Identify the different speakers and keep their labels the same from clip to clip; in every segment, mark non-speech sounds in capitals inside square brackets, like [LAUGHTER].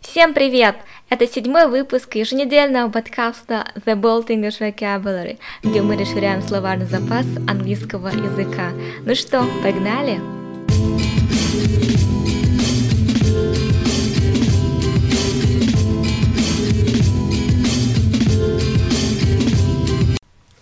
Speaker 1: Всем привет! Это седьмой выпуск еженедельного подкаста The Bold English Vocabulary, где мы расширяем словарный запас английского языка. Ну что, погнали?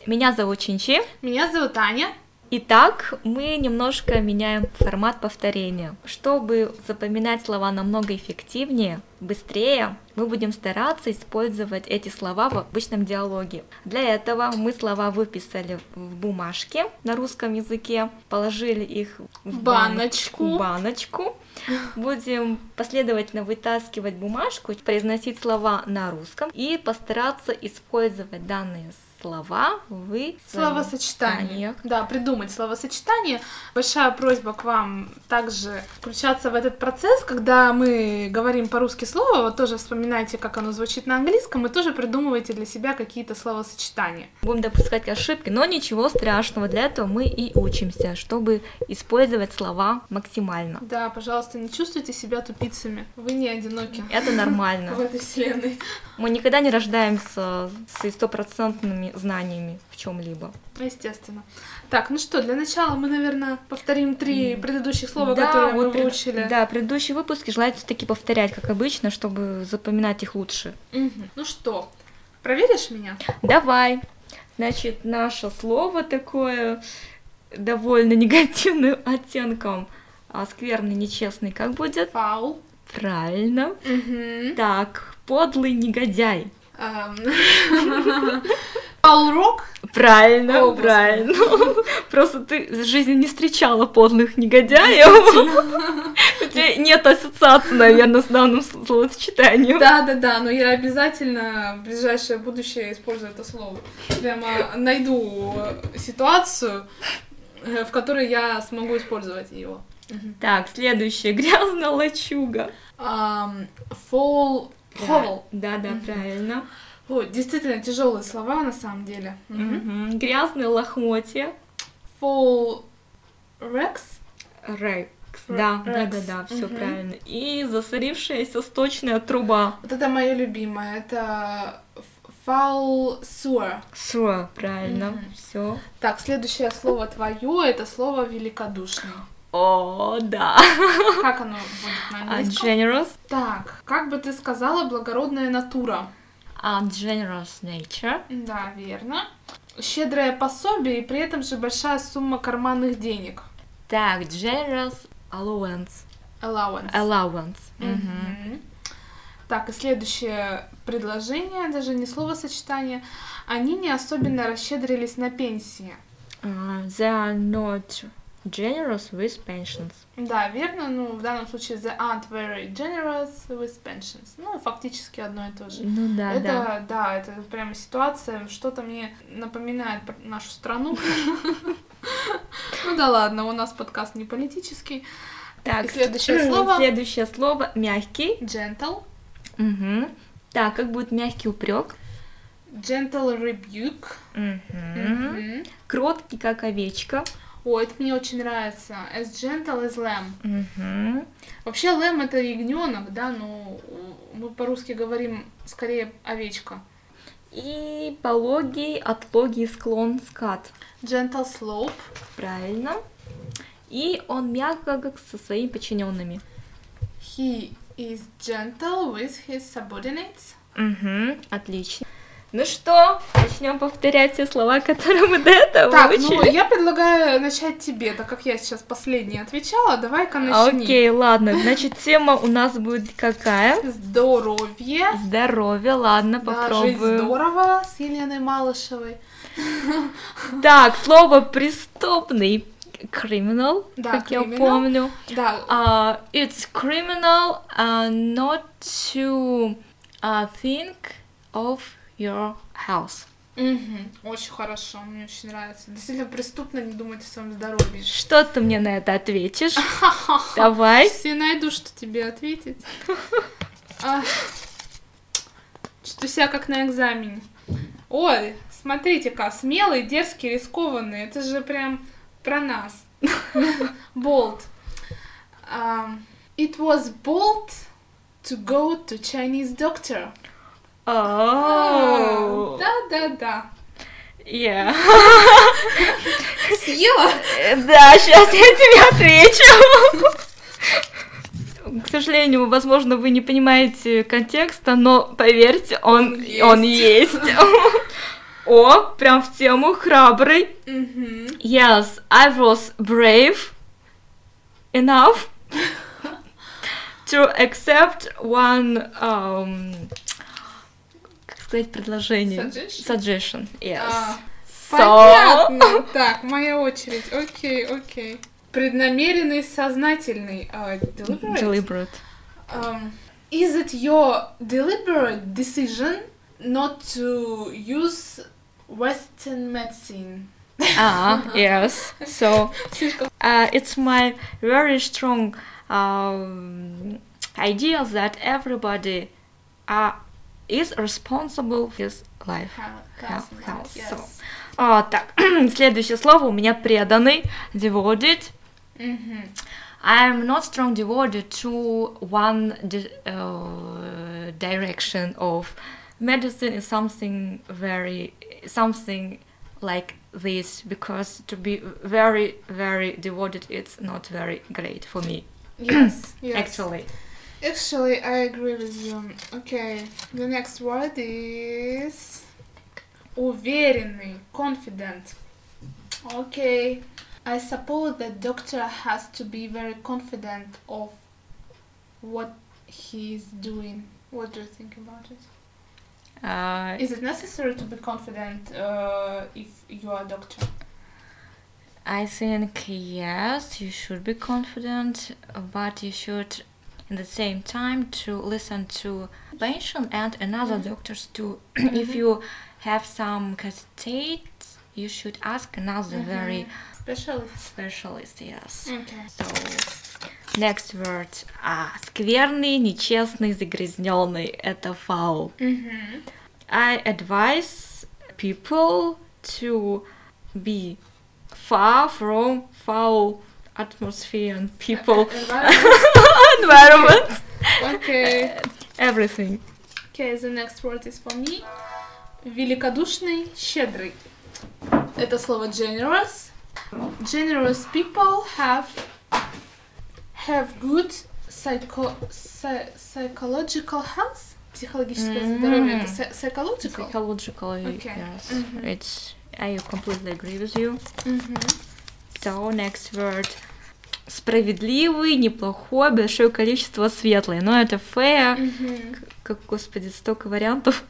Speaker 1: Меня зовут Чинчи.
Speaker 2: Меня зовут Аня.
Speaker 1: Итак, мы немножко меняем формат повторения. Чтобы запоминать слова намного эффективнее, быстрее, мы будем стараться использовать эти слова в обычном диалоге. Для этого мы слова выписали в бумажке на русском языке, положили их в
Speaker 2: Баночку.
Speaker 1: баночку. Будем последовательно вытаскивать бумажку, произносить слова на русском и постараться использовать данные слова в
Speaker 2: Словосочетание.
Speaker 1: Словосочетаниях.
Speaker 2: Да, придумать словосочетание. Большая просьба к вам также включаться в этот процесс, когда мы говорим по-русски слово, вот тоже вспоминайте, как оно звучит на английском, и тоже придумывайте для себя какие-то словосочетания.
Speaker 1: Будем допускать ошибки, но ничего страшного, для этого мы и учимся, чтобы использовать слова максимально.
Speaker 2: Да, пожалуйста, не чувствуйте себя тупицами. Вы не одиноки
Speaker 1: Это
Speaker 2: в
Speaker 1: нормально.
Speaker 2: этой вселенной.
Speaker 1: Мы никогда не рождаемся с стопроцентными знаниями в чем-либо.
Speaker 2: Естественно. Так, ну что, для начала мы, наверное, повторим три предыдущих слова,
Speaker 1: Да,
Speaker 2: которые мы
Speaker 1: вот пред-
Speaker 2: выучили.
Speaker 1: Да, предыдущие выпуски желательно все-таки повторять, как обычно, чтобы запоминать их лучше.
Speaker 2: Мгм. Ну что, проверишь меня?
Speaker 1: Давай. Значит, наше слово такое довольно негативным оттенком. А скверный, нечестный, как будет?
Speaker 2: Фаул.
Speaker 1: Правильно.
Speaker 2: Мгм.
Speaker 1: Так, подлый негодяй.
Speaker 2: Эм. Фаул рок.
Speaker 1: Правильно,
Speaker 2: О,
Speaker 1: правильно. [LAUGHS] Просто ты в жизни не встречала подлых негодяев. [LAUGHS] У тебя нет ассоциации, наверное, с данным сл- словосочетанием.
Speaker 2: Да, да, да, но я обязательно в ближайшее будущее использую это слово. Прямо найду э, ситуацию, э, в которой я смогу использовать его.
Speaker 1: Так, следующее. Грязная лачуга.
Speaker 2: Фол. Ховл.
Speaker 1: Да, да,
Speaker 2: Мгм.
Speaker 1: правильно.
Speaker 2: Ой, действительно тяжелые слова на самом деле.
Speaker 1: Мгм. Грязные лохмотья.
Speaker 2: Фол. Рекс.
Speaker 1: Рекс.
Speaker 2: Р-
Speaker 1: Да, да, да,
Speaker 2: рекс.
Speaker 1: да, все
Speaker 2: Мгм.
Speaker 1: правильно. И засорившаяся сточная труба.
Speaker 2: Вот это мое любимое. Это фал суэр.
Speaker 1: Все, правильно,
Speaker 2: Мгм.
Speaker 1: все.
Speaker 2: Так, следующее слово твое это слово великодушный.
Speaker 1: О, да.
Speaker 2: Как оно будет на
Speaker 1: А,
Speaker 2: английском?
Speaker 1: Generous.
Speaker 2: Так, как бы ты сказала, благородная натура.
Speaker 1: А, Generous nature.
Speaker 2: Да, верно. Щедрое пособие и при этом же большая сумма карманных денег.
Speaker 1: Так, generous allowance.
Speaker 2: Allowance.
Speaker 1: Allowance. Мгм.
Speaker 2: Мгм. Так, и следующее предложение, даже не словосочетание. Они не особенно расщедрились на пенсии.
Speaker 1: А, they are not generous with pensions.
Speaker 2: Да, верно, ну в данном случае the aunt very generous with pensions. Ну, фактически одно и то же.
Speaker 1: Ну да,
Speaker 2: это,
Speaker 1: да.
Speaker 2: да. это прямо ситуация, что-то мне напоминает про нашу страну. Ну да ладно, у нас подкаст не политический.
Speaker 1: Так,
Speaker 2: и
Speaker 1: [CLEARS THROAT]
Speaker 2: следующее
Speaker 1: с-
Speaker 2: слово?
Speaker 1: Следующее слово мягкий.
Speaker 2: Gentle,
Speaker 1: Мгм. Так, как будет мягкий упрек?
Speaker 2: gentle rebuke. Мгм.
Speaker 1: Кроткий, как овечка.
Speaker 2: Ой, это мне очень нравится. As gentle as lamb.
Speaker 1: Мгм.
Speaker 2: Вообще lamb это ягненок, да, но у- мы по-русски говорим скорее овечка.
Speaker 1: И пологий, отлогий склон скат.
Speaker 2: Gentle slope.
Speaker 1: Правильно. И он мягко как со своими подчиненными.
Speaker 2: He is gentle with his subordinates.
Speaker 1: Угу, отлично. Ну что, начнем повторять те слова, которые мы до этого
Speaker 2: Так, ну
Speaker 1: выучили.
Speaker 2: я предлагаю начать тебе, так как я сейчас последняя отвечала, давай-ка начни.
Speaker 1: А, Окей, ладно. Значит, тема у нас будет какая?
Speaker 2: Здоровье.
Speaker 1: Здоровье, ладно,
Speaker 2: Да, жить
Speaker 1: попробуем.
Speaker 2: здорово с Еленой Малышевой.
Speaker 1: Так, слово преступный. Criminal,
Speaker 2: Да,
Speaker 1: как я
Speaker 2: criminal.
Speaker 1: помню.
Speaker 2: Да,
Speaker 1: А, it's criminal а, not to а, think of your health.
Speaker 2: мгм, очень хорошо, мне очень нравится. Действительно преступно не думать о своем здоровье.
Speaker 1: Что ты мне на это ответишь?
Speaker 2: [LAUGHS]
Speaker 1: Давай.
Speaker 2: Сейчас А я найду, что тебе ответить. [LAUGHS] Что себя как на экзамене. Ой, смотрите-ка, смелые, дерзкие, рискованные. Это же прям про нас. [LAUGHS] Болт. It was А, bold to go to Chinese doctor. А.
Speaker 1: Oh,
Speaker 2: Да-да-да.
Speaker 1: yeah.
Speaker 2: Съела?
Speaker 1: Э, Да, сейчас я тебе отвечу. К сожалению, возможно, вы не понимаете контекста, но поверьте, он,
Speaker 2: Он
Speaker 1: он есть. О, прям в тему храбрый.
Speaker 2: Мгм.
Speaker 1: Yes, I was brave enough to accept one, um, как сказать, предложение.
Speaker 2: Suggestion?
Speaker 1: Suggestion, yes.
Speaker 2: А,
Speaker 1: So-
Speaker 2: Понятно. Так, моя очередь. Окей, окей. Преднамеренный, сознательный. а, deliberate?
Speaker 1: Deliberate.
Speaker 2: Um, is it your deliberate decision not to use Western medicine?
Speaker 1: Ah, yes. So uh, it's my very strong um, idea that everybody uh, is responsible for his life.
Speaker 2: Health,
Speaker 1: health,
Speaker 2: yes.
Speaker 1: so. А, так, [CLEARS THROAT] следующее слово у меня преданный, devoted.
Speaker 2: Мгм.
Speaker 1: I'm not strong devoted to one di- uh, direction of medicine is something very something like this because to be very very devoted it's not very great for me
Speaker 2: Yes, yes.
Speaker 1: actually
Speaker 2: Actually, I agree with you. Okay, the next word is уверенный, confident. Okay, I suppose the doctor has to be very confident of what he's doing. What do you think about it?
Speaker 1: uh,
Speaker 2: Is it necessary to be confident uh, if you are a doctor?
Speaker 1: I think yes you should be confident but you should in the same time to listen to patient and another doctors too [CLEARS THROAT] if you have some hesitate you should ask another
Speaker 2: Mm-hmm.
Speaker 1: very
Speaker 2: Specialist.
Speaker 1: specialist yes
Speaker 2: Okay.
Speaker 1: So, next word. А, скверный, нечестный, загрязненный. Это foul.
Speaker 2: Mm-hmm.
Speaker 1: I advise people to be far from foul atmosphere and people [LAUGHS] environment.
Speaker 2: okay.
Speaker 1: Everything.
Speaker 2: Okay, the next word is for me. Великодушный, щедрый. Это слово generous. Generous people have have good psycho, psy- psychological health. Психологическое
Speaker 1: М.
Speaker 2: здоровье. Это psy- psychological?
Speaker 1: Psychologically,
Speaker 2: Okay.
Speaker 1: yes.
Speaker 2: Mhm.
Speaker 1: It's. I completely agree with you.
Speaker 2: Мгм.
Speaker 1: So, next word. Справедливый, неплохой, большое количество светлый. Но это fair.
Speaker 2: Мгм.
Speaker 1: Как, господи, столько вариантов.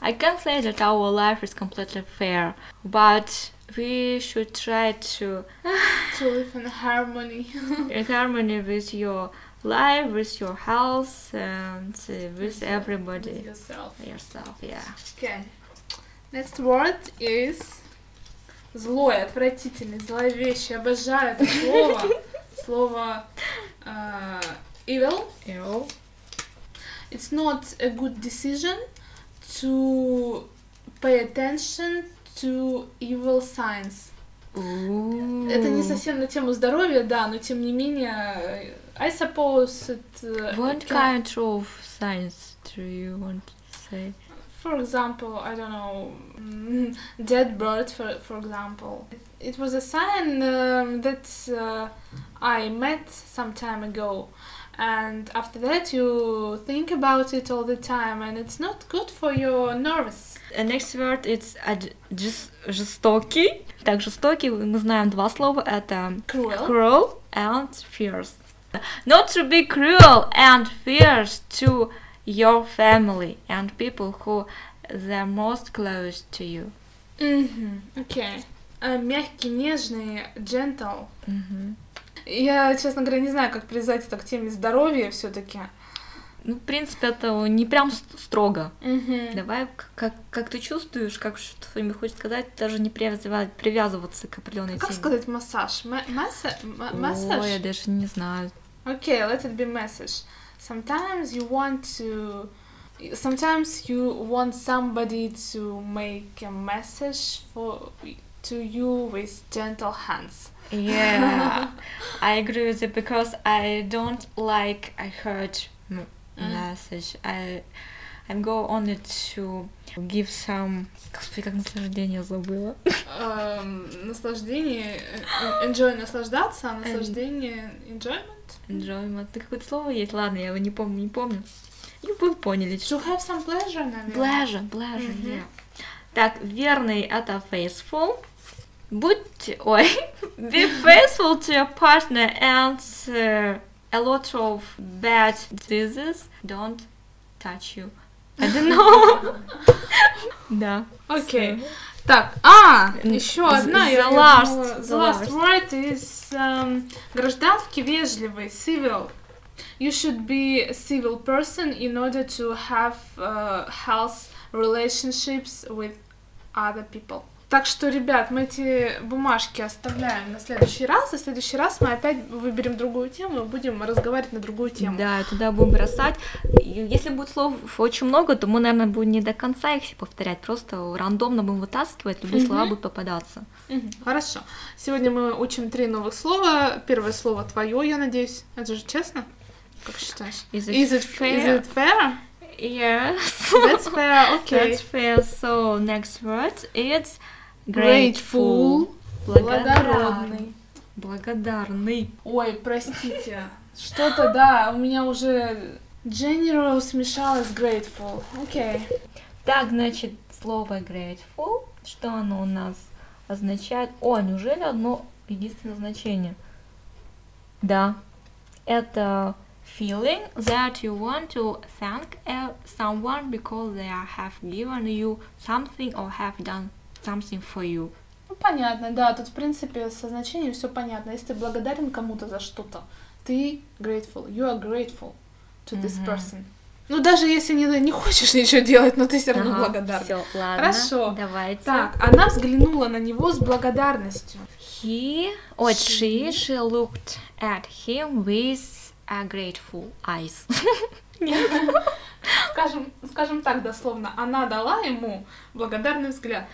Speaker 1: I can't say that our life is completely fair, but we should try to
Speaker 2: To live in harmony.
Speaker 1: in harmony with your life, with your health, and uh, with everybody.
Speaker 2: Yourself.
Speaker 1: Yourself, yeah.
Speaker 2: Okay. Next word is злой, отвратительный, зловещий. Обожаю это слово. Слово э, evil.
Speaker 1: You
Speaker 2: It's not a good decision to pay attention to evil signs.
Speaker 1: know?
Speaker 2: Это не совсем на тему здоровья, да, но тем не менее, э, I suppose it, э,
Speaker 1: What
Speaker 2: it can-
Speaker 1: kind of science do you want to say?
Speaker 2: For example, I don't know, mm, dead bird, for, for example. It was a sign um, that uh, I met some time ago. And after that, you think about it all the time, and it's not good for your nerves.
Speaker 1: Uh, Next word it's ad- жес- жестокий. Так, жестокий, мы знаем два слова, это
Speaker 2: Cruel.
Speaker 1: cruel and fierce. Not to be cruel and fierce to your family and people who they're most close to you.
Speaker 2: Мгм, Okay. А, мягкий, нежный, gentle. Я, честно говоря, не знаю, как привязать это к теме здоровья все-таки.
Speaker 1: Ну, в принципе, это не прям с- строго. Давай, к- как, как ты чувствуешь, как что ты мне хочешь сказать, даже не привязывать- привязываться к определенной
Speaker 2: Как
Speaker 1: теме.
Speaker 2: сказать массаж? Ме- масса- ма- массаж?
Speaker 1: Ой, я даже не знаю.
Speaker 2: Okay, let it be message. Sometimes you want to sometimes you want somebody to make a message for to you with gentle hands.
Speaker 1: Yeah, I agree with it because I don't like I heard m-
Speaker 2: Mm.
Speaker 1: message. I I'm go only to give some. Господи, как наслаждение забыла.
Speaker 2: Эм, наслаждение, э, enjoy наслаждаться, а наслаждение enjoyment.
Speaker 1: Enjoyment. Да Какое-то слово есть? Ладно, я его не помню, не помню. И вы поняли.
Speaker 2: To have some pleasure, наверное.
Speaker 1: Блажа, блажа,
Speaker 2: Мгм.
Speaker 1: yeah. Так, верный это faithful. Будь, ой, [LAUGHS] be faithful to your partner and uh, a lot of bad diseases don't touch you. I don't know. [LAUGHS] Да.
Speaker 2: Окей. Так, а,
Speaker 1: Н-
Speaker 2: еще
Speaker 1: з-
Speaker 2: одна.
Speaker 1: the
Speaker 2: я- я
Speaker 1: last,
Speaker 2: думала,
Speaker 1: the
Speaker 2: the last
Speaker 1: last.
Speaker 2: word is эм, гражданский вежливый, civil. You should be a civil person in order to have э, health relationships with other people. Так что, ребят, мы эти бумажки оставляем на следующий раз, и в следующий раз мы опять выберем другую тему и будем разговаривать на другую тему.
Speaker 3: Да, туда будем бросать. И Если будет слов очень много, то мы, наверное, будем не до конца их все повторять. Просто рандомно будем вытаскивать, любые
Speaker 2: Мгм.
Speaker 3: слова будут попадаться.
Speaker 2: Мгм, Хорошо. Сегодня мы учим три новых слова. Первое слово твое, я надеюсь. Это же честно? Как считаешь?
Speaker 1: Is it
Speaker 2: Is it
Speaker 1: fair?
Speaker 2: Is it fair?
Speaker 1: Yes.
Speaker 2: That's fair, okay.
Speaker 1: That's fair. So next word it's grateful.
Speaker 2: Grateful. Благодарный.
Speaker 1: Благодарный.
Speaker 2: Ой, простите. Что-то, да, у меня уже general смешалось с grateful. Окей.
Speaker 3: Так, значит, слово grateful, что оно у нас означает? О, неужели одно единственное значение? Да. Это
Speaker 1: feeling that you want to thank uh, someone because they are- have given you something or have done something for you.
Speaker 2: Ну, понятно, да, тут, в принципе, со значением все понятно. Если ты благодарен кому-то за что-то, ты grateful, you are grateful to this
Speaker 1: Мгм.
Speaker 2: person. Ну, даже если не, не хочешь ничего делать, но ты все равно благодарен.
Speaker 3: Все, ладно.
Speaker 2: Хорошо.
Speaker 3: Давайте.
Speaker 2: Так, она взглянула на него с благодарностью.
Speaker 1: He or she,
Speaker 2: She.
Speaker 1: she looked at him with a grateful eyes. [LAUGHS]
Speaker 2: Скажем, скажем так дословно, она дала ему благодарный взгляд.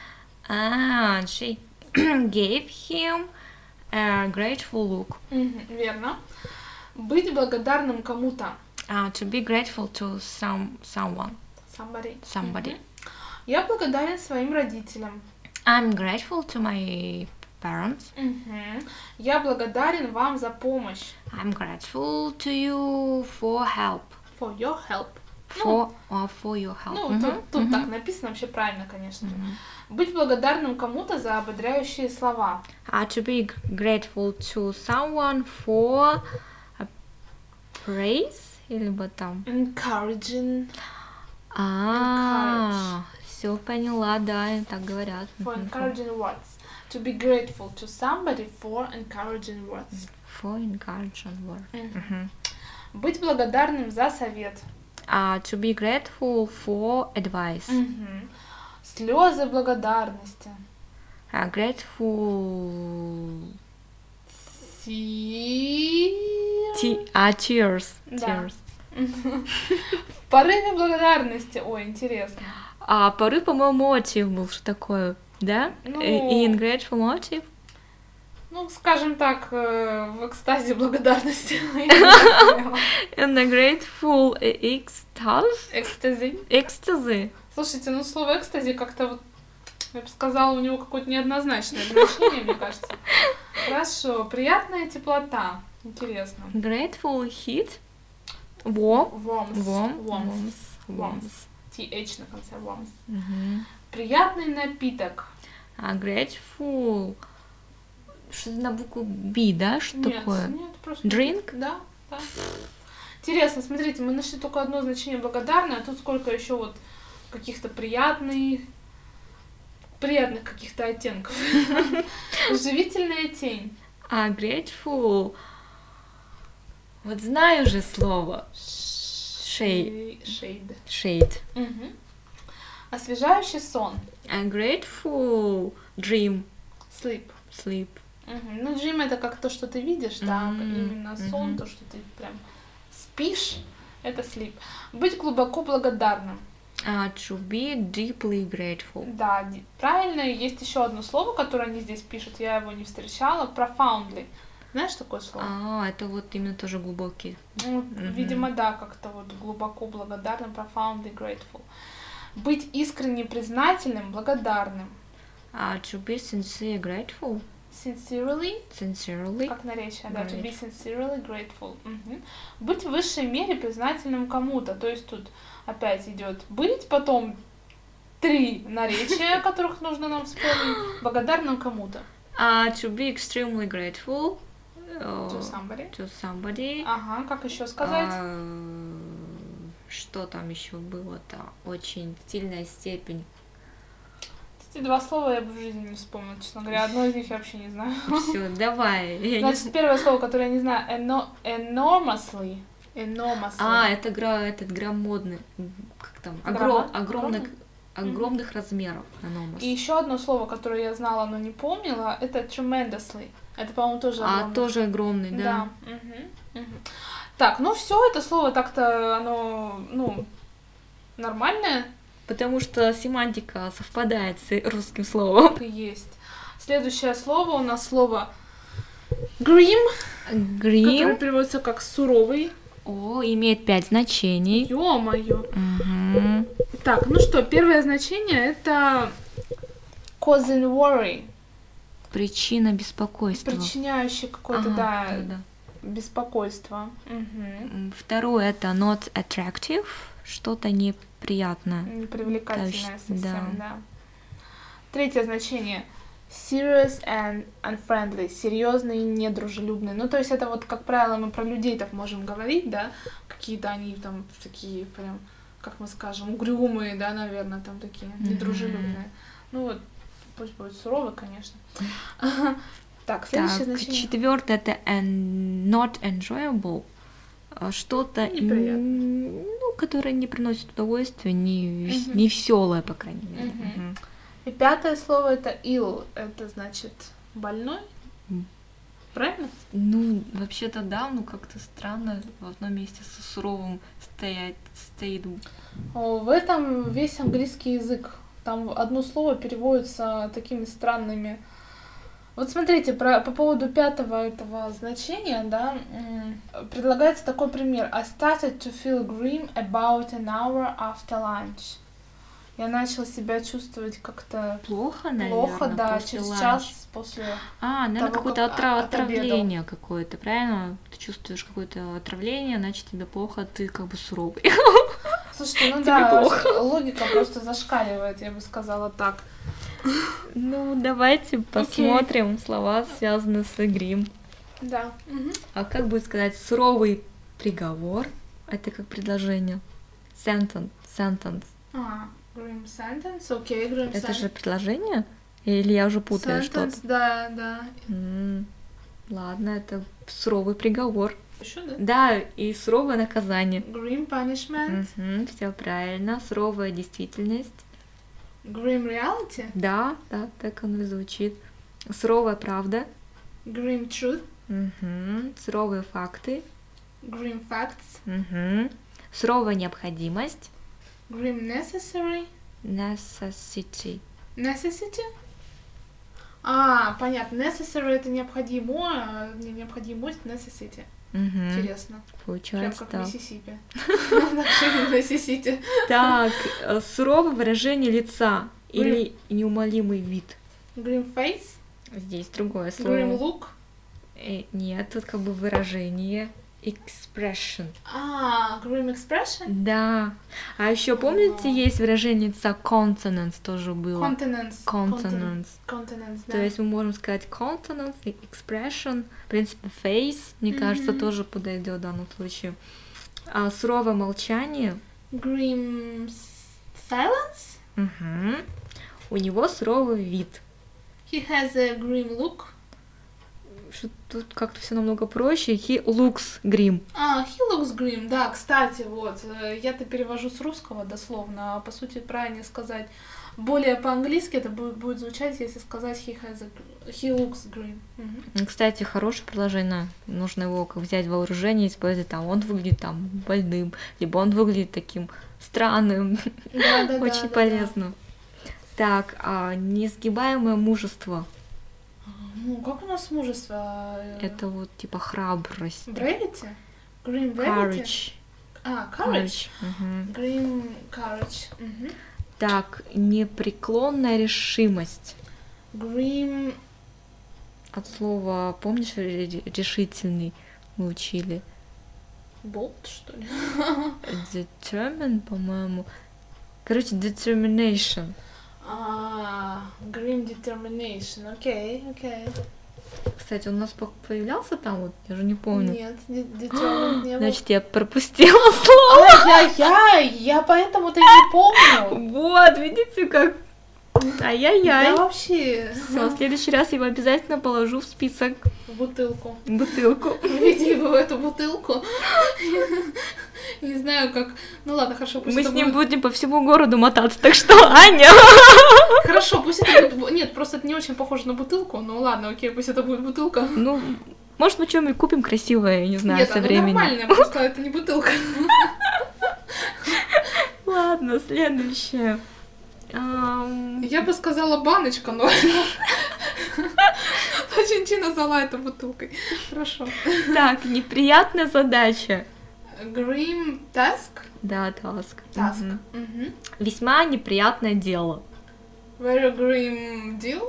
Speaker 1: Ah, And she [CLEARS THROAT] gave him a grateful look.
Speaker 2: Верно. Быть благодарным кому-то.
Speaker 1: Uh, to be grateful to some someone,
Speaker 2: Somebody.
Speaker 1: somebody.
Speaker 2: Я благодарен своим родителям.
Speaker 1: I'm grateful to my parents.
Speaker 2: Я благодарен вам за помощь.
Speaker 1: I'm grateful to you for help.
Speaker 2: For your help.
Speaker 1: For or for your help. Mm-hmm.
Speaker 2: Ну,
Speaker 1: Мгм,
Speaker 2: тут, тут
Speaker 1: мгм.
Speaker 2: так написано вообще правильно, конечно. же. Быть благодарным кому-то за ободряющие слова.
Speaker 1: Uh, to be g- grateful to someone for a praise или вот там.
Speaker 2: Encouraging.
Speaker 1: А, все поняла, да, и так говорят.
Speaker 2: For
Speaker 1: Мгм.
Speaker 2: encouraging words. To be grateful to somebody for encouraging words.
Speaker 1: For encouraging word. Мгм.
Speaker 2: Быть благодарным за совет.
Speaker 1: Uh, to be grateful for advice.
Speaker 2: Слезы благодарности.
Speaker 1: Uh, grateful.
Speaker 2: Си-
Speaker 1: Te- uh, tears.
Speaker 2: Да.
Speaker 1: Tears.
Speaker 2: [LAUGHS] В порыве благодарности. Ой, интересно.
Speaker 1: А порыв, по-моему, мотив был, что такое, да?
Speaker 2: Ну.
Speaker 1: Э, И in grateful motive.
Speaker 2: Ну, скажем так, э, в экстазе благодарности.
Speaker 1: In a grateful ecstasy.
Speaker 2: Экстази.
Speaker 1: Экстазы.
Speaker 2: Слушайте, ну слово экстази как-то вот, я бы сказала, у него какое-то неоднозначное значение, мне кажется. Хорошо, приятная теплота. Интересно.
Speaker 1: Grateful heat. Warm.
Speaker 2: Warmth.
Speaker 1: Warm.
Speaker 2: Warmth.
Speaker 1: Warmth.
Speaker 2: Warmth. TH на конце. Warmth.
Speaker 1: Мгм.
Speaker 2: Приятный напиток.
Speaker 1: А grateful... Что-то на букву B, да? Что
Speaker 2: нет,
Speaker 1: такое?
Speaker 2: Нет, просто...
Speaker 1: Drink?
Speaker 2: Да, да. Интересно, смотрите, мы нашли только одно значение благодарное, а тут сколько еще вот каких-то приятных, приятных
Speaker 1: [LAUGHS]
Speaker 2: каких-то оттенков. Живительная тень.
Speaker 1: А grateful... Вот знаю же слово. Шей.
Speaker 2: Шейд.
Speaker 1: Shade.
Speaker 2: Мгм. Освежающий сон.
Speaker 1: А grateful dream.
Speaker 2: Sleep.
Speaker 1: Sleep.
Speaker 2: Мгм. Ну, джим это как то, что ты видишь, да,
Speaker 1: М,
Speaker 2: именно сон,
Speaker 1: мгм.
Speaker 2: то, что ты прям спишь, это слип. Быть глубоко благодарным.
Speaker 1: А, to be deeply grateful.
Speaker 2: Да, ди- правильно. Есть еще одно слово, которое они здесь пишут, я его не встречала. Profoundly. Знаешь такое слово?
Speaker 1: А, это вот именно тоже глубокий.
Speaker 2: Ну, видимо, да, как-то вот глубоко благодарным, profoundly grateful. Быть искренне признательным, благодарным.
Speaker 1: А, to be sincerely grateful.
Speaker 2: Sincerely,
Speaker 1: Sincerely.
Speaker 2: как наречие, да, to be sincerely grateful. Мгм. Быть в высшей мере признательным кому-то. То есть тут опять идет быть, потом три наречия, которых нужно нам вспомнить, благодарным кому-то.
Speaker 1: А, to be extremely grateful. э,
Speaker 2: To somebody.
Speaker 1: to somebody.
Speaker 2: Ага, как еще сказать?
Speaker 1: А, Что там еще было-то? Очень стильная
Speaker 2: [LAUGHS]
Speaker 1: степень.
Speaker 2: Эти два слова я бы в жизни не вспомнила, честно говоря. Одно из них я вообще не знаю.
Speaker 1: Все, давай. Я не
Speaker 2: Значит, первое слово, которое я не знаю, eno- enormously. Enormously.
Speaker 1: А, это гра, этот громадный, м, как там,
Speaker 2: Громад?
Speaker 1: огром, огромных,
Speaker 2: Огромный?
Speaker 1: огромных размеров аномас.
Speaker 2: И еще одно слово, которое я знала, но не помнила, это tremendously. Это, по-моему, тоже
Speaker 1: А,
Speaker 2: огромное.
Speaker 1: тоже огромный, да.
Speaker 2: Мгм, мгм. Так, ну все, это слово так-то, оно, ну, нормальное
Speaker 1: Потому что семантика совпадает с русским словом.
Speaker 2: так и есть. Следующее слово у нас слово grim, которое
Speaker 1: Грим.
Speaker 2: переводится как суровый.
Speaker 1: О, имеет пять значений.
Speaker 2: Ё-моё.
Speaker 1: Мгм.
Speaker 2: Так, ну что, первое значение это causing worry,
Speaker 1: Причина беспокойства.
Speaker 2: причиняющий какое-то,
Speaker 1: Ага,
Speaker 2: да,
Speaker 1: да,
Speaker 2: беспокойство. Мгм.
Speaker 1: да. М, Второе это not attractive, что-то неприятное.
Speaker 2: Непривлекательное
Speaker 1: Точно,
Speaker 2: совсем, да. Третье значение. Serious and unfriendly. Серьезный и недружелюбный. Ну, то есть это вот, как правило, мы про людей так можем говорить, да? Какие-то они там такие прям, как мы скажем, угрюмые, да, наверное, там такие, недружелюбные. Ну вот, пусть будет суровый,
Speaker 1: [LAUGHS]
Speaker 2: конечно. Так, следующее
Speaker 1: Так,
Speaker 2: значение.
Speaker 1: четвертое это en- not enjoyable, а, что-то
Speaker 2: Неприятно.
Speaker 1: м, ну, которое не приносит удовольствия, не, вес- не веселое, по крайней мере.
Speaker 2: Мгм.
Speaker 1: Мгм.
Speaker 2: И пятое слово это ill. Это значит больной.
Speaker 1: М.
Speaker 2: Правильно?
Speaker 1: Ну, вообще-то да, ну как-то странно в одном месте со суровым стоять, стоит.
Speaker 2: О, В этом весь английский язык. Там одно слово переводится такими странными. Вот смотрите, про, по поводу пятого этого значения, да, м, предлагается такой пример. I started to feel grim about an hour after lunch. Я начал себя чувствовать как-то
Speaker 1: Плохо, наверное,
Speaker 2: плохо, да,
Speaker 1: после
Speaker 2: через
Speaker 1: ланча.
Speaker 2: час после...
Speaker 1: А, наверное,
Speaker 2: того,
Speaker 1: какое-то
Speaker 2: как
Speaker 1: отра-
Speaker 2: о- отобедал.
Speaker 1: отравление какое-то, правильно? Ты чувствуешь какое-то отравление, значит тебе плохо, ты как бы суровый.
Speaker 2: Слушайте,
Speaker 1: [LAUGHS] Тебе
Speaker 2: ну да,
Speaker 1: плохо.
Speaker 2: [LAUGHS] логика просто зашкаливает, я бы сказала так.
Speaker 1: [LAUGHS] Ну, давайте посмотрим слова, связанные с игрим.
Speaker 2: Да.
Speaker 1: А как будет сказать суровый приговор? Это как предложение. Sentence. Sentence.
Speaker 2: А, grim sentence, окей, grim sentence.
Speaker 1: Это же предложение? Или я уже путаю что-то?
Speaker 2: Sentence, да, да.
Speaker 1: М, Ладно, это суровый приговор.
Speaker 2: Еще, да?
Speaker 1: Да, и суровое наказание.
Speaker 2: Grim punishment,
Speaker 1: все правильно. Суровая действительность.
Speaker 2: grim reality,
Speaker 1: Да, да, так оно и звучит. Суровая правда.
Speaker 2: grim truth,
Speaker 1: Мгм. Суровые факты.
Speaker 2: grim facts,
Speaker 1: Мгм. Суровая необходимость.
Speaker 2: grim necessary,
Speaker 1: Necessity.
Speaker 2: necessity. А, понятно, necessary это необходимо, а не необходимость necessity.
Speaker 1: Мгм.
Speaker 2: Интересно. Прям
Speaker 1: Получается,
Speaker 2: как в
Speaker 1: да.
Speaker 2: Миссисипи. [LAUGHS] Отношения в Миссисипи.
Speaker 1: Так, э, суровое выражение лица или неумолимый вид.
Speaker 2: Grim face,
Speaker 1: Здесь другое
Speaker 2: grim
Speaker 1: слово.
Speaker 2: look.
Speaker 1: Э, Нет, тут как бы выражение. Expression.
Speaker 2: А, grim expression,
Speaker 1: Да. А еще помните,
Speaker 2: Ага.
Speaker 1: есть выражение лица countenance тоже было.
Speaker 2: continence. Continence,
Speaker 1: Countenance.
Speaker 2: Continence,
Speaker 1: То
Speaker 2: да.
Speaker 1: есть мы можем сказать countenance, и expression, в принципе, face, мне кажется,
Speaker 2: Мгм.
Speaker 1: тоже подойдет в данном случае. А суровое молчание.
Speaker 2: Grim s- silence,
Speaker 1: Мгм. У него суровый вид.
Speaker 2: he has a grim look.
Speaker 1: что тут как-то все намного проще. He looks grim.
Speaker 2: А, he looks grim, да, кстати, вот, э, я-то перевожу с русского дословно, а по сути правильнее сказать, более по-английски это бу- будет звучать, если сказать he, has a gr- he looks grim. Мгм.
Speaker 1: Кстати, хорошее предложение. Нужно его как взять в вооружение и использовать. Там он выглядит там больным, либо он выглядит таким странным.
Speaker 2: Да, да, да, да,
Speaker 1: Очень
Speaker 2: да.
Speaker 1: полезно. Так, а неизгибаемое мужество.
Speaker 2: Ну, как у нас мужество? э,
Speaker 1: Это вот типа храбрость.
Speaker 2: Bravity? Grim Bravity?
Speaker 1: Courage.
Speaker 2: А, courage.
Speaker 1: Мгм.
Speaker 2: Grim courage. Мгм.
Speaker 1: Так, непреклонная решимость.
Speaker 2: Grim...
Speaker 1: От слова, помнишь, ре- ре- решительный мы учили?
Speaker 2: Bolt, что ли?
Speaker 1: Determine, по-моему. Короче, determination.
Speaker 2: А, Grim determination, окей, окей.
Speaker 1: Кстати, он у нас по- появлялся там, вот, я уже не помню.
Speaker 2: Нет, де- determined не было.
Speaker 1: Значит, я пропустила [LAUGHS] слово.
Speaker 2: Ай-яй-яй, я поэтому-то и не помню.
Speaker 1: Вот, видите, как... Ай-яй-яй.
Speaker 2: Да вообще,
Speaker 1: Все, в следующий раз я его обязательно положу в список
Speaker 2: в бутылку.
Speaker 1: бутылку.
Speaker 2: Введи его в эту бутылку. Не знаю, как... Ну ладно, хорошо, пусть
Speaker 1: Мы
Speaker 2: это
Speaker 1: с ним
Speaker 2: будет-
Speaker 1: будем по всему городу мотаться, так что, Аня,
Speaker 2: Хорошо, пусть это будет... бу- Нет, просто это не очень похоже на бутылку. Ну ладно, окей, пусть это будет бутылка.
Speaker 1: ну, может, мы что-нибудь купим красивое, я не знаю,
Speaker 2: Нет, ну,
Speaker 1: со
Speaker 2: оно
Speaker 1: временем.
Speaker 2: нормальное, просто это не бутылка.
Speaker 1: Ладно, следующее. Ам,
Speaker 2: Я бы сказала баночка, но... [LAUGHS] Чинчи назвала это бутылкой. Хорошо.
Speaker 1: Так, неприятная задача.
Speaker 2: Grim task.
Speaker 1: Да, таск.
Speaker 2: Task.
Speaker 1: Мгм.
Speaker 2: Мгм.
Speaker 1: Весьма неприятное дело.
Speaker 2: Very grim deal.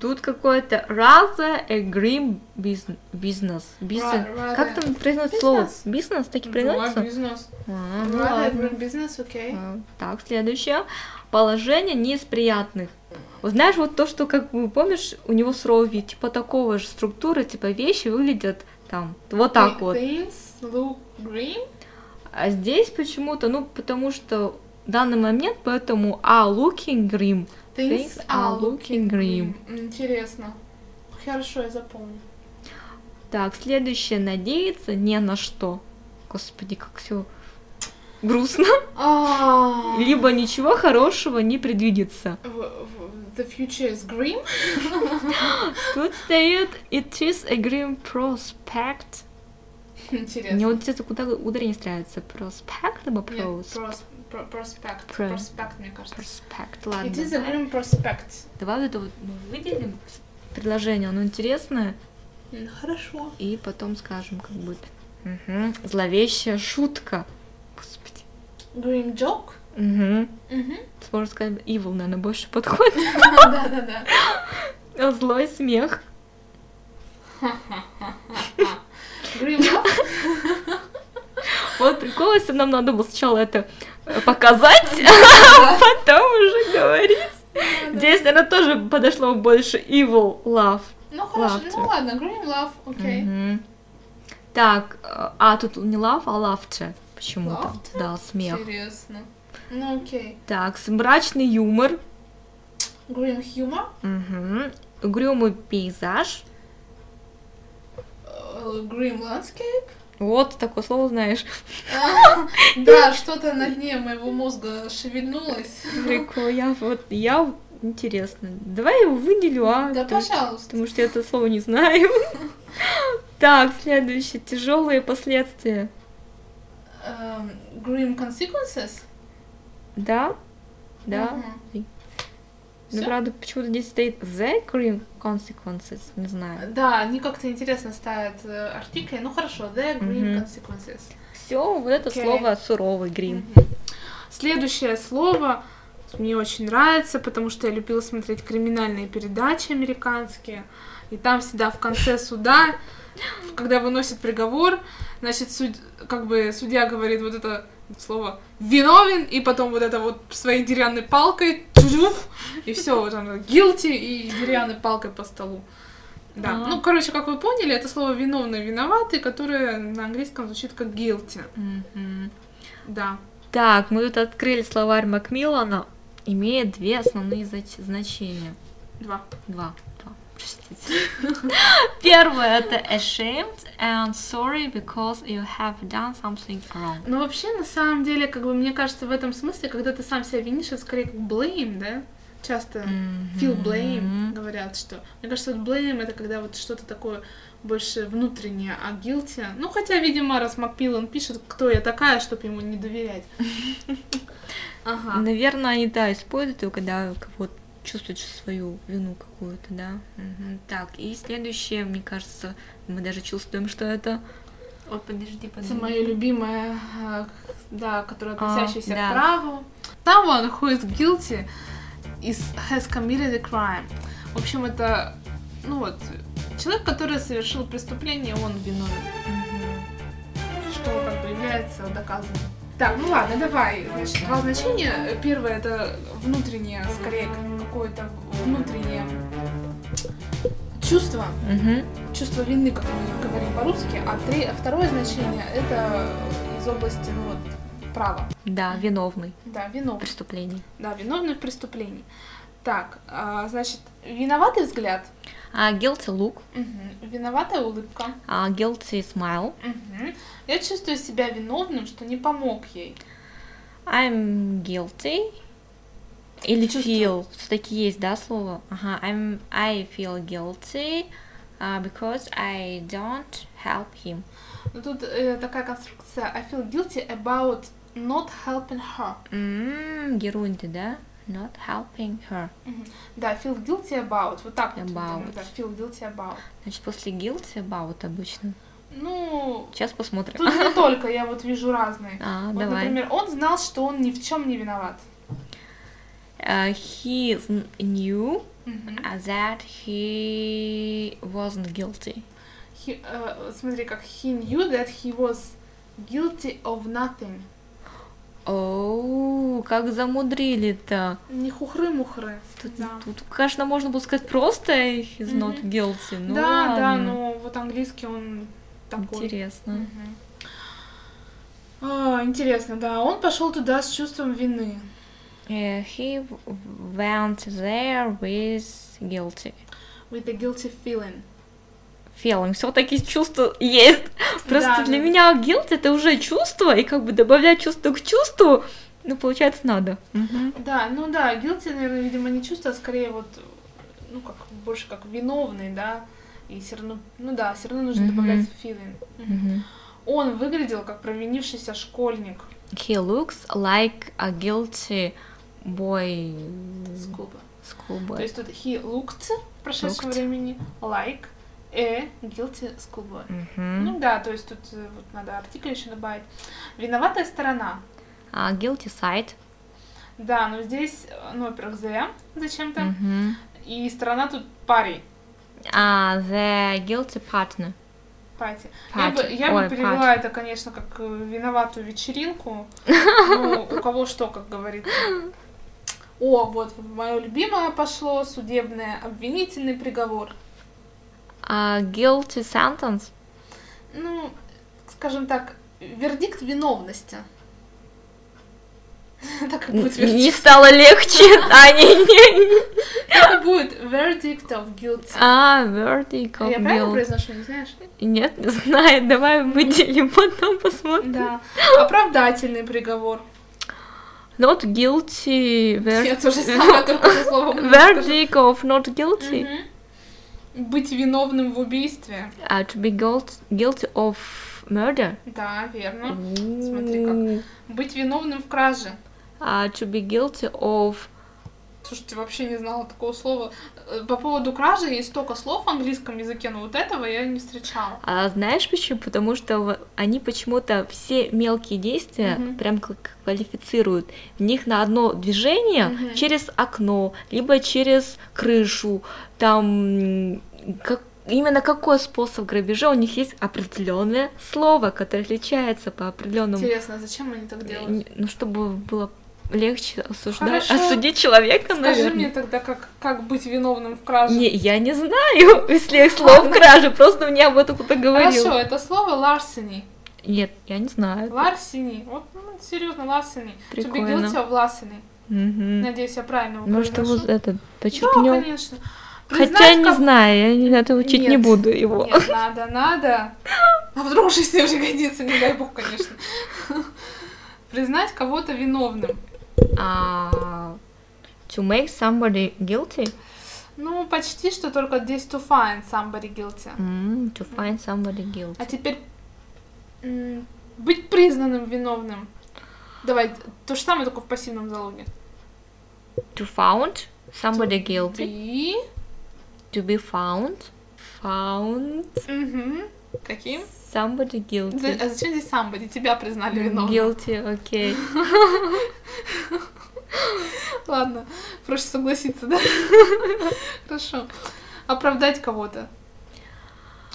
Speaker 1: Тут какое-то rather a green business. business.
Speaker 2: Ra- rather.
Speaker 1: Как там произносится слово?
Speaker 2: Business.
Speaker 1: Бизнес? Так и
Speaker 2: Да,
Speaker 1: произносится?
Speaker 2: бизнес.
Speaker 1: А, ну
Speaker 2: Rather
Speaker 1: ладно.
Speaker 2: grim business, окей.
Speaker 1: А, Так, следующее. Положение не из приятных. Вот знаешь, вот то, что, как бы, помнишь, у него с Роуви, типа такого же структура, типа вещи выглядят там вот так
Speaker 2: Make
Speaker 1: вот.
Speaker 2: Things look grim.
Speaker 1: А здесь почему-то, ну, потому что в данный момент, поэтому а looking grim.
Speaker 2: Things are looking
Speaker 1: grim.
Speaker 2: grim. Интересно. Хорошо, я запомню.
Speaker 1: Так, следующее надеяться не на что. Господи, как все грустно.
Speaker 2: А,
Speaker 1: Либо ничего хорошего не предвидится.
Speaker 2: в- в- The future is grim.
Speaker 1: Тут стоит it is a grim prospect. Мне
Speaker 2: [LAUGHS] Интересно.
Speaker 1: вот интересно, куда ударение ставится? Проспект либо
Speaker 2: Нет,
Speaker 1: прос?
Speaker 2: прос- про- проспект.
Speaker 1: Про-
Speaker 2: Проспект, мне кажется.
Speaker 1: Проспект, ладно.
Speaker 2: It is a
Speaker 1: да.
Speaker 2: grim prospect.
Speaker 1: Давай вот это вот ну, выделим предложение, оно интересное,
Speaker 2: Хорошо.
Speaker 1: и потом скажем, как будет. Мгм. Зловещая шутка. Господи.
Speaker 2: Grim joke.
Speaker 1: Угу.
Speaker 2: [LAUGHS] Мгм.
Speaker 1: Сложно сказать, evil, наверное, больше подходит. [LAUGHS]
Speaker 2: Да-да-да.
Speaker 1: А Злой смех. [LAUGHS]
Speaker 2: Grim laugh.
Speaker 1: Вот прикол, если нам надо было сначала это э, показать, [LAUGHS] а потом уже говорить. Здесь, наверное, тоже подошло больше evil love.
Speaker 2: Ну хорошо,
Speaker 1: Laughter.
Speaker 2: ну ладно, grim laugh, окей.
Speaker 1: Мгм. Так, э, а тут не love, а laughter. Почему-то.
Speaker 2: Laughter?
Speaker 1: Да, смех.
Speaker 2: Интересно. Ну окей.
Speaker 1: Так, с- мрачный юмор.
Speaker 2: Grim humor.
Speaker 1: Мгм. Угрюмый пейзаж.
Speaker 2: э,
Speaker 1: [LAUGHS]
Speaker 2: Grim landscape.
Speaker 1: Вот, такое слово
Speaker 2: [LAUGHS]
Speaker 1: знаешь.
Speaker 2: Да, что-то на дне моего мозга шевельнулось.
Speaker 1: Прикол, я вот, я, интересно. Давай я его выделю, а?
Speaker 2: Да,
Speaker 1: потому,
Speaker 2: пожалуйста.
Speaker 1: потому что я это слово не знаю. [LAUGHS] Так, следующее. Тяжелые последствия.
Speaker 2: Эм, Grim consequences.
Speaker 1: Да? Да?
Speaker 2: Мгм.
Speaker 1: Ну,
Speaker 2: Всё?
Speaker 1: правда, почему-то здесь стоит the grim consequences. Не знаю.
Speaker 2: Да, они как-то интересно ставят э, артикли. Ну хорошо, the grim
Speaker 1: Мгм.
Speaker 2: consequences.
Speaker 1: Все, вот это
Speaker 2: Окей.
Speaker 1: слово суровый грим.
Speaker 2: Мгм. Следующее слово мне очень нравится, потому что я любила смотреть криминальные передачи американские. И там всегда в конце суда, когда выносят приговор, значит, суд- как бы судья говорит вот это слово «виновен», и потом вот это вот своей деревянной палкой, «тюдюф», и все, вот оно «guilty» и деревянной палкой по столу. Да,
Speaker 1: А.
Speaker 2: ну, короче, как вы поняли, это слово «виновный», «виноватый», которое на английском звучит как «guilty».
Speaker 1: Мгм.
Speaker 2: Да.
Speaker 1: Так, мы тут открыли словарь Макмиллана, имеет две основные зач- значения.
Speaker 2: Два.
Speaker 1: Два. два. [LAUGHS]
Speaker 4: Простите. Первое это ashamed and sorry because you have done something wrong.
Speaker 2: Ну, вообще, на самом деле, как бы, мне кажется, в этом смысле, когда ты сам себя винишь, это скорее как blame, да? Часто feel blame говорят, что... Мне кажется, вот blame — это когда вот что-то такое больше внутреннее, а guilty... Ну, хотя, видимо, раз Макпиллан пишет, кто я такая, чтобы ему не доверять. Ага.
Speaker 1: Наверное, они, да, используют его, когда как вот чувствуют свою вину какую-то, да. Мгм. Так, и следующее, мне кажется, мы даже чувствуем, что это...
Speaker 4: Ой, подожди, подожди.
Speaker 2: Это мое любимое, э, да, которое
Speaker 1: А,
Speaker 2: относящееся
Speaker 1: да.
Speaker 2: к праву. Someone who is guilty is, has committed a crime. В общем, это, ну вот, человек, который совершил преступление, он виновен.
Speaker 1: Мгм.
Speaker 2: что как бы является доказанным. Так, ну ладно, давай. Значит, два значения. Первое это внутреннее, скорее как какое-то внутреннее чувство,
Speaker 1: Мгм.
Speaker 2: чувство вины, как мы говорим по-русски. А три- второе значение это из области ну, вот, права.
Speaker 1: Да, виновный
Speaker 2: Да, виновный.
Speaker 1: в преступлении.
Speaker 2: Да, виновный в преступлении. Так, а, значит, виноватый взгляд,
Speaker 1: А guilty look,
Speaker 2: Мгм. виноватая улыбка.
Speaker 1: а guilty smile.
Speaker 2: Мгм. Я чувствую себя виновным, что не помог ей.
Speaker 1: I'm guilty. Или feel. Все-таки есть, да, слово? Ага, I'm, I feel guilty uh, because I don't help him.
Speaker 2: Ну, Тут э, такая конструкция I feel guilty about not helping her.
Speaker 1: М, Герунди, М-м, да? Not helping her.
Speaker 2: Да, feel guilty about. Вот так вот.
Speaker 1: About.
Speaker 2: видимо, да, feel guilty about.
Speaker 1: Значит, после guilty about обычно. [LAUGHS]
Speaker 2: Ну,
Speaker 1: Сейчас посмотрим.
Speaker 2: тут не только, я вот вижу разные.
Speaker 1: А,
Speaker 2: Вот,
Speaker 1: давай.
Speaker 2: например, он знал, что он ни в чем не виноват.
Speaker 1: Uh, he kn- knew
Speaker 2: Мгм.
Speaker 1: uh, that he wasn't guilty.
Speaker 2: He, э, смотри, как he knew that he was guilty of nothing.
Speaker 1: Оу, как замудрили-то.
Speaker 2: Не хухры-мухры.
Speaker 1: Тут,
Speaker 2: да.
Speaker 1: тут, конечно, можно было сказать просто he's not
Speaker 2: Мгм.
Speaker 1: guilty. Ну,
Speaker 2: да, да,
Speaker 1: ладно.
Speaker 2: но вот английский он такой.
Speaker 1: Интересно.
Speaker 2: Мгм. А, интересно, да. Он пошел туда с чувством вины.
Speaker 1: Uh, he w- went there with guilty.
Speaker 2: With a guilty feeling.
Speaker 1: Feeling. Все-таки чувство есть. Просто
Speaker 2: Да,
Speaker 1: для
Speaker 2: да.
Speaker 1: меня guilt это уже чувство, и как бы добавлять чувство к чувству, ну, получается, надо. Мгм.
Speaker 2: Да, ну да, guilty, наверное, видимо, не чувство, а скорее вот, ну как, больше как виновный, да. И все равно, ну да, все равно нужно
Speaker 1: Мгм.
Speaker 2: добавлять feeling. Мгм.
Speaker 1: Мгм.
Speaker 2: Он выглядел как провинившийся школьник.
Speaker 1: He looks like a guilty boy
Speaker 2: с Кубы.
Speaker 1: school
Speaker 2: То
Speaker 1: boy.
Speaker 2: есть тут he looked в прошедшем
Speaker 1: Looked.
Speaker 2: времени like a guilty schoolboy.
Speaker 1: Мгм.
Speaker 2: Ну да, то есть тут э, вот надо артикль еще добавить. Виноватая сторона.
Speaker 1: А guilty side.
Speaker 2: Да, но здесь, э, ну, во-первых, the зачем-то,
Speaker 1: Мгм.
Speaker 2: и сторона тут парень,
Speaker 1: А the guilty partner.
Speaker 2: пати. Я бы,
Speaker 1: Party.
Speaker 2: я бы
Speaker 1: Ой,
Speaker 2: перевела
Speaker 1: party.
Speaker 2: это, конечно, как э, виноватую вечеринку, ну, у кого что, как говорится. О, вот, мое любимое пошло, судебное, обвинительный приговор.
Speaker 1: А guilty sentence.
Speaker 2: Ну, скажем так, вердикт виновности. [LAUGHS] Так и будет
Speaker 1: Н- Не [LAUGHS]
Speaker 2: вердикт.
Speaker 1: стало
Speaker 2: [LAUGHS]
Speaker 1: легче, а не не.
Speaker 2: Так и будет verdict of guilty.
Speaker 1: А, verdict of
Speaker 2: Я правильно
Speaker 1: guilt.
Speaker 2: произношу, не знаешь?
Speaker 1: Нет, не знаю, давай выделим, потом посмотрим.
Speaker 2: Да. Оправдательный приговор.
Speaker 1: Not guilty, ver-
Speaker 2: Я тоже сама только
Speaker 1: [LAUGHS]
Speaker 2: со словом не скажу.
Speaker 1: verdict of not guilty.
Speaker 2: Мгм. Быть виновным в убийстве.
Speaker 1: А to be guilt- guilty of murder.
Speaker 2: Да, верно. Смотри как.
Speaker 1: Ooh.
Speaker 2: Быть виновным в краже.
Speaker 1: А to be guilty of...
Speaker 2: Слушайте, вообще не знала такого слова. Э, По поводу кражи есть столько слов в английском языке, но вот этого я не встречала.
Speaker 1: А знаешь почему? Потому что в- они почему-то все мелкие действия
Speaker 2: Мгм.
Speaker 1: прям кл- квалифицируют. В них на одно движение
Speaker 2: Мгм.
Speaker 1: через окно, либо через крышу, там м, как- именно какой способ грабежа, у них есть определенное слово, которое отличается по определенному.
Speaker 2: Интересно, а зачем они так делают?
Speaker 1: Н- Ну, чтобы было легче осуждать,
Speaker 2: Хорошо.
Speaker 1: осудить человека,
Speaker 2: Скажи
Speaker 1: наверное.
Speaker 2: мне тогда, как, как быть виновным в краже.
Speaker 1: Не, я не знаю, [LAUGHS] если их слов кражи, просто мне об этом кто-то говорил.
Speaker 2: Хорошо, это слово larceny.
Speaker 1: Нет, я не знаю.
Speaker 2: Larceny. Вот, ну, серьезно, larceny.
Speaker 1: Прикольно.
Speaker 2: To be guilty of larceny.
Speaker 1: Мгм.
Speaker 2: типа, Надеюсь, я правильно его
Speaker 1: Может,
Speaker 2: произношу.
Speaker 1: его этот
Speaker 2: Да,
Speaker 1: почерпнем?
Speaker 2: конечно.
Speaker 1: Хотя
Speaker 2: Признать,
Speaker 1: не
Speaker 2: как-
Speaker 1: знаю, я это учить не
Speaker 2: Нет.
Speaker 1: буду его. [LAUGHS]
Speaker 2: Нет, надо, надо. А вдруг в жизни пригодится, не дай бог, конечно. Признать кого-то виновным.
Speaker 1: А, to make somebody guilty?
Speaker 2: Ну, почти что только здесь to find somebody guilty.
Speaker 1: М, Mm, to find somebody guilty.
Speaker 2: А теперь м, быть признанным виновным. Давай, то же самое, только в пассивном залоге.
Speaker 1: To found somebody guilty.
Speaker 2: Ты...
Speaker 1: To be found. Found
Speaker 2: Мгм. Каким?
Speaker 1: somebody
Speaker 2: За-
Speaker 1: guilty.
Speaker 2: А зачем здесь somebody? Тебя признали виновным.
Speaker 1: Guilty, окей.
Speaker 2: Ладно, проще согласиться, да? [LAUGHS] Хорошо. Оправдать кого-то.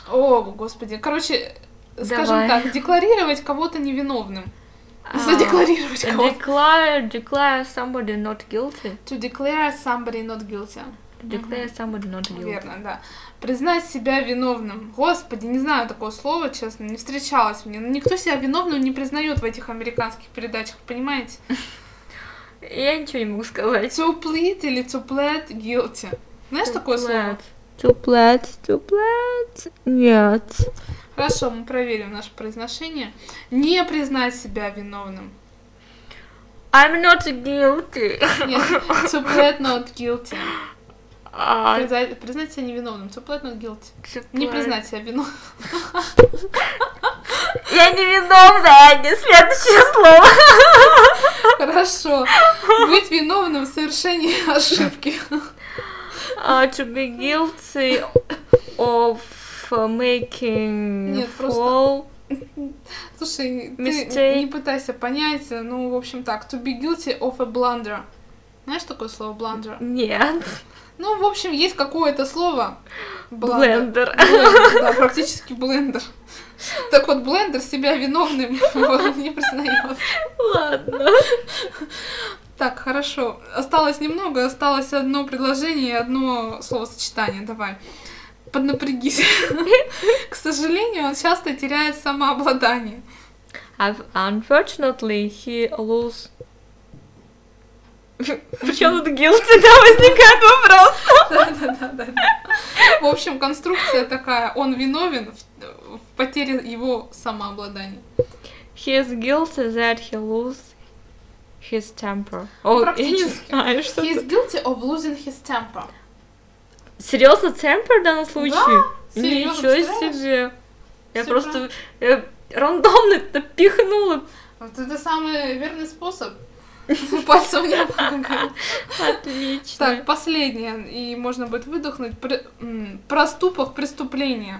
Speaker 2: О, господи. Короче, скажем
Speaker 1: Давай.
Speaker 2: так, декларировать кого-то невиновным.
Speaker 1: А,
Speaker 2: Задекларировать кого-то.
Speaker 1: Declare, declare somebody not guilty.
Speaker 2: To declare somebody not guilty.
Speaker 1: Declare somebody not guilty.
Speaker 2: Верно, да. Признать себя виновным. Господи, не знаю такого слова, честно, не встречалось мне. Но никто себя виновным не признает в этих американских передачах, понимаете?
Speaker 1: Я ничего не могу сказать.
Speaker 2: To plead или to plead guilty. Знаешь такое слово?
Speaker 1: To plead, to plead. Нет.
Speaker 2: Хорошо, мы проверим наше произношение. Не признать себя виновным.
Speaker 1: I'm not guilty.
Speaker 2: Нет, to plead not guilty.
Speaker 1: А,
Speaker 2: Призна- Признать себя невиновным. To plead not guilty.
Speaker 1: to
Speaker 2: Не
Speaker 1: plead.
Speaker 2: признать себя виновным. [LAUGHS]
Speaker 1: Я а не виновна, Аня. Следующее слово.
Speaker 2: Хорошо. Быть виновным в совершении [LAUGHS] ошибки.
Speaker 1: А, to be guilty of making
Speaker 2: Нет, просто-
Speaker 1: fall.
Speaker 2: Слушай,
Speaker 1: Mistake.
Speaker 2: ты не пытайся понять, ну, в общем так, to be guilty of a blunder. Знаешь такое слово blunder?
Speaker 1: Нет.
Speaker 2: Ну, в общем, есть какое-то слово. Blunder.
Speaker 1: Блендер.
Speaker 2: Блендер, да, практически блендер. Так вот, блендер себя виновным [LAUGHS] не признает.
Speaker 1: Ладно.
Speaker 2: Так, хорошо. Осталось немного, осталось одно предложение и одно словосочетание. Давай. Поднапрягись. [LAUGHS] К сожалению, он часто теряет самообладание.
Speaker 1: I've- Unfortunately, he lose... Причем тут guilty, да, возникает вопрос.
Speaker 2: Да-да-да. В общем, конструкция такая. Он виновен в, в потере его самообладания.
Speaker 1: He is guilty that he lose his temper. О, я не
Speaker 2: Ну, Практически.
Speaker 1: знаю, что
Speaker 2: He is guilty of losing his temper.
Speaker 1: Серьезно, темпер в данном случае?
Speaker 2: Да, серьёзно,
Speaker 1: Ничего
Speaker 2: представляешь?
Speaker 1: себе. Я
Speaker 2: Всё
Speaker 1: просто э, рандомно это пихнула.
Speaker 2: Вот это самый верный способ. [LAUGHS] Пальцем не помогает.
Speaker 1: Отлично.
Speaker 2: Так, последнее, и можно будет выдохнуть. Пр- м, Проступок преступления.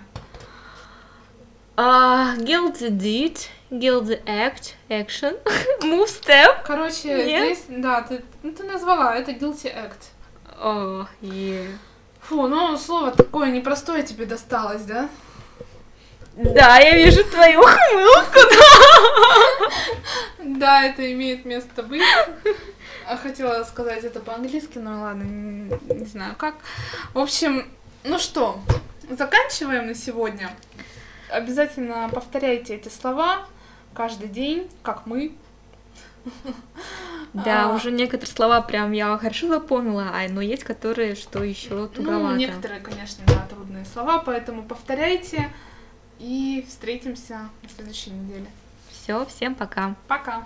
Speaker 1: А, guilty deed, guilty act, action, [LAUGHS] move step.
Speaker 2: Короче,
Speaker 1: Нет?
Speaker 2: здесь, да, ты, ну, ты назвала, это guilty act.
Speaker 1: О, е.
Speaker 2: Фу, ну слово такое непростое тебе досталось, да?
Speaker 1: Да, я вижу твою хмылку.
Speaker 2: Да, это имеет место быть. А Хотела сказать это по-английски, но ладно, не, не знаю как. В общем, ну что, заканчиваем на сегодня. Обязательно повторяйте эти слова каждый день, как мы.
Speaker 1: Да,
Speaker 2: А.
Speaker 1: уже некоторые слова прям я хорошо запомнила, а но есть которые, что еще
Speaker 2: Ну,
Speaker 1: туговато.
Speaker 2: некоторые, конечно, да, трудные слова, поэтому повторяйте. И встретимся на следующей неделе.
Speaker 1: Все, всем пока.
Speaker 2: Пока!